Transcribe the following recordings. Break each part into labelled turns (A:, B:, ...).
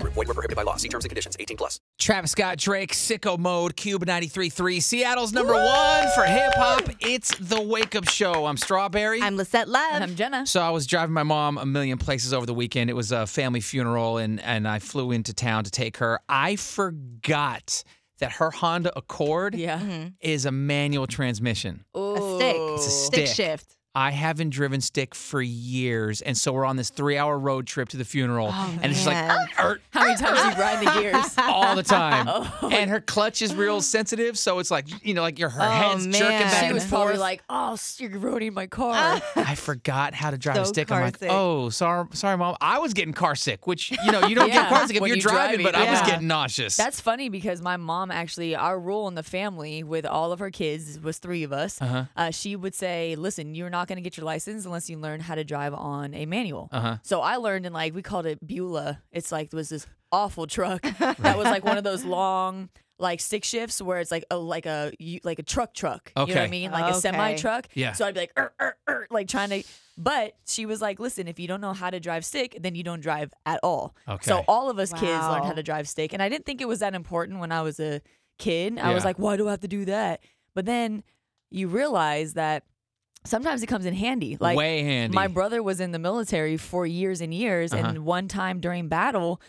A: Group. Void were prohibited by law. See terms and conditions. 18 plus.
B: Travis Scott, Drake, Sicko Mode, Cube 93.3, Seattle's number one for hip hop. It's the Wake Up Show. I'm Strawberry.
C: I'm Lisette Love.
D: And I'm Jenna.
B: so I was driving my mom a million places over the weekend. It was a family funeral, and and I flew into town to take her. I forgot that her Honda Accord
D: Yeah.
B: is a manual transmission.
C: a stick.
B: It's a stick.
C: stick. shift.
B: I haven't driven stick for years, and so we're on this three-hour road trip to the funeral, and it's just like
C: man.
B: "Arr, arr,
D: How many times do you grind the gears?
B: all the time.
D: Oh,
B: And her clutch is real sensitive, so it's like you know, like your her
C: Oh,
B: head's jerking
C: man.
B: back
D: She
B: and
D: was
B: forth.
D: probably like, "Oh, s- you're ruining my car."
B: I forgot how to drive a
C: So
B: stick. I'm like,
C: carsick.
B: oh, sorry, sorry, mom. I was getting car sick, which you know you don't get
D: Yeah,
B: car sick if
D: when
B: you're
D: you're
B: driving,
D: driving,
B: but I was
D: yeah.
B: getting nauseous.
D: That's funny because my mom actually, our rule in the family with all of her kids was three of us. Uh-huh. she would say, "Listen, you're not going to get your license unless you learn how to drive on a manual." Uh-huh. So I learned in like we called it Beulah. It's like was this awful truck that was like one of those long. Like stick shifts, where it's like a like a you- like a truck truck. You know what I
B: Okay.
D: mean? Like a
C: Okay.
D: semi truck.
B: Yeah.
D: So I'd be like, "Er, er, er," like trying to. But she was like, "Listen, if you don't know how to drive stick, then you don't drive at all." So
B: Okay.
D: all of us kids learned how
C: Wow.
D: to drive stick. And I didn't think it was that important when I was a kid. I
B: Yeah.
D: was like, why do I have to do that? But then you realize that sometimes it comes in handy. Like
B: way handy.
D: my brother was in the military for years and years, and
B: Uh-huh.
D: one time during battle,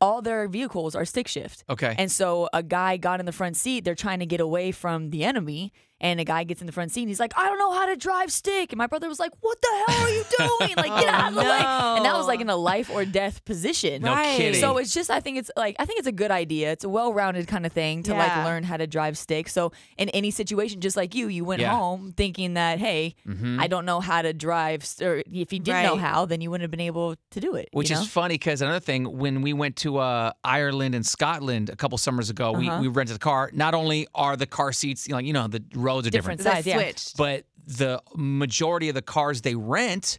D: all their vehicles are stick shift.
B: Okay.
D: And so a guy got in the front seat. They're trying to get away from the enemy, and a guy gets in the front seat. and He's like, "I don't know how to drive stick." And my brother was like, "What the hell are you doing? Like, get out of the way!" And that was like in a life or death position.
B: Oh, No Right. kidding.
D: So it's just, I think it's like, I think it's a good idea. It's a well-rounded kind of thing to like
C: Yeah.
D: learn how to drive stick. So in any situation, just like you, you went
B: Yeah.
D: home thinking that, hey, I don't know how to drive. st- Or if you didn't know
C: Right.
D: how, then you wouldn't have been able to do it.
B: Which
D: you know?
B: is funny because another thing, when we went to uh, Ireland and Scotland a couple summers ago,
D: Uh-huh.
B: we, we rented a car. Not only are the car seats, you know, you know the roads are different,
C: That
D: Different Size, yeah.
C: switched.
B: but the majority of the cars they rent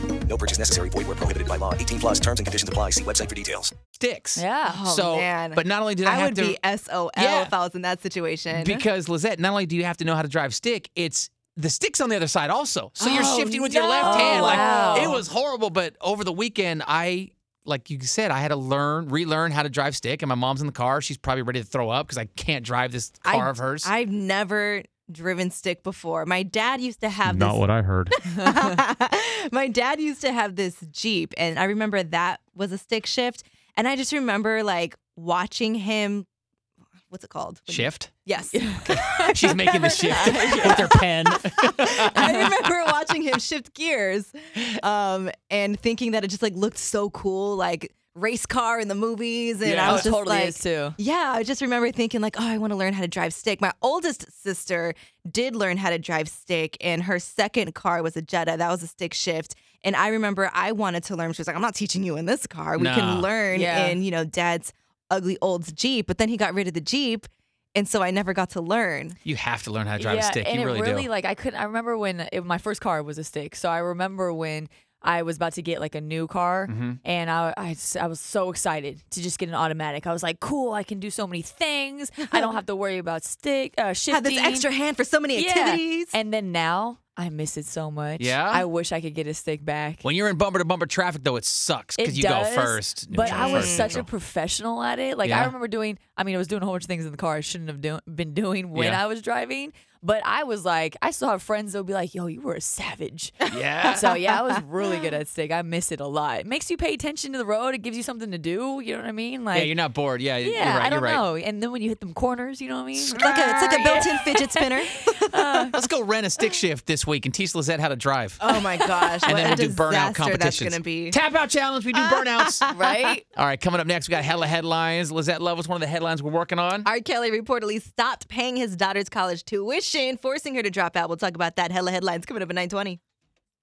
A: No purchase necessary. Void were prohibited by law. 18 plus terms and conditions apply. See website for details.
B: sticks.
D: Yeah. Oh,
B: so,
C: man.
B: but not only did I,
C: I
B: have
C: would
B: to
C: be SOL
B: Yeah.
C: if I was in that situation.
B: because Lizette, not only do you have to know how to drive stick, it's the stick's on the other side also. So you're
D: Oh,
B: shifting with your left
D: no.
B: hand.
D: Wow.
B: Like it was horrible. But over the weekend, I like you said, I had to learn, relearn how to drive stick. And my mom's in the car. She's probably ready to throw up because I can't drive this car of hers.
C: I've never driven stick before. My dad used to have
E: Not
C: this
E: what I heard.
C: my dad used to have this Jeep, and I remember that was a stick shift. And I just remember like watching him. What's it called? When-
B: shift.
C: Yes.
B: She's making the shift with her pen.
C: I remember watching him shift gears um, and thinking that it just like looked so cool, like race car in the movies. And
B: Yeah.
C: I
B: Oh,
C: was
B: it
C: just
D: totally
C: like,
D: is too.
C: Yeah, I just remember thinking like, oh, I want to learn how to drive stick. My oldest sister did learn how to drive stick, and her second car was a Jetta. That was a stick shift. And I remember I wanted to learn. She was like, I'm not teaching you in this car. We
B: Nah.
C: can learn
D: Yeah.
C: in you know Dad's ugly old Jeep. But then he got rid of the Jeep, and so I never got to learn.
B: You have to learn how to drive
D: yeah,
B: a stick.
D: And
B: you
D: it
B: really, do.
D: like I couldn't. I remember when it, my first car was a stick. So I remember when I was about to get like a new car,
B: Mm-hmm.
D: and I, I s- I was so excited to just get an automatic. I was like, cool, I can do so many things. I don't have to worry about stick uh, shifting.
C: Had this extra hand for so many
D: Yeah.
C: activities.
D: And then now I miss it so much.
B: Yeah?
D: I wish I could get a stick back.
B: When you're in bumper to bumper traffic, though, it sucks
D: It
B: because you
D: does,
B: go first.
D: But I
B: neutral,
D: was
B: first,
D: such a
B: neutral.
D: professional at it. Like
B: Yeah.
D: I remember doing. I mean, I was doing a whole bunch of things in the car I shouldn't have do- been doing when
B: Yeah.
D: I was driving. But I was like, I still have friends that would be like, "Yo, you were a savage."
B: yeah.
D: so yeah, I was really good at stick. I miss it a lot. It makes you pay attention to the road. It gives you something to do. You know what I mean? Like
B: yeah, you're not bored. Yeah, you're
D: yeah,
B: right.
D: I don't
B: you're right.
D: know. And then when you hit them corners, you know what I mean?
C: It's like a, it's like a built-in fidget spinner.
B: Let's go rent a stick shift this week and teach Lizette how to drive.
C: Oh my gosh!
B: and
C: what
B: then
C: a
B: we do burnout
C: disaster
B: competitions.
C: That's gonna be.
B: Tap out challenge. We do burnouts.
D: right?
B: All right, coming up next, we got hella headlines. Lizette Love was one of the headlines we're working on.
C: R. Kelly reportedly stopped paying his daughter's college tuition, forcing her to drop out. We'll talk about that. Hella headlines coming up at 920.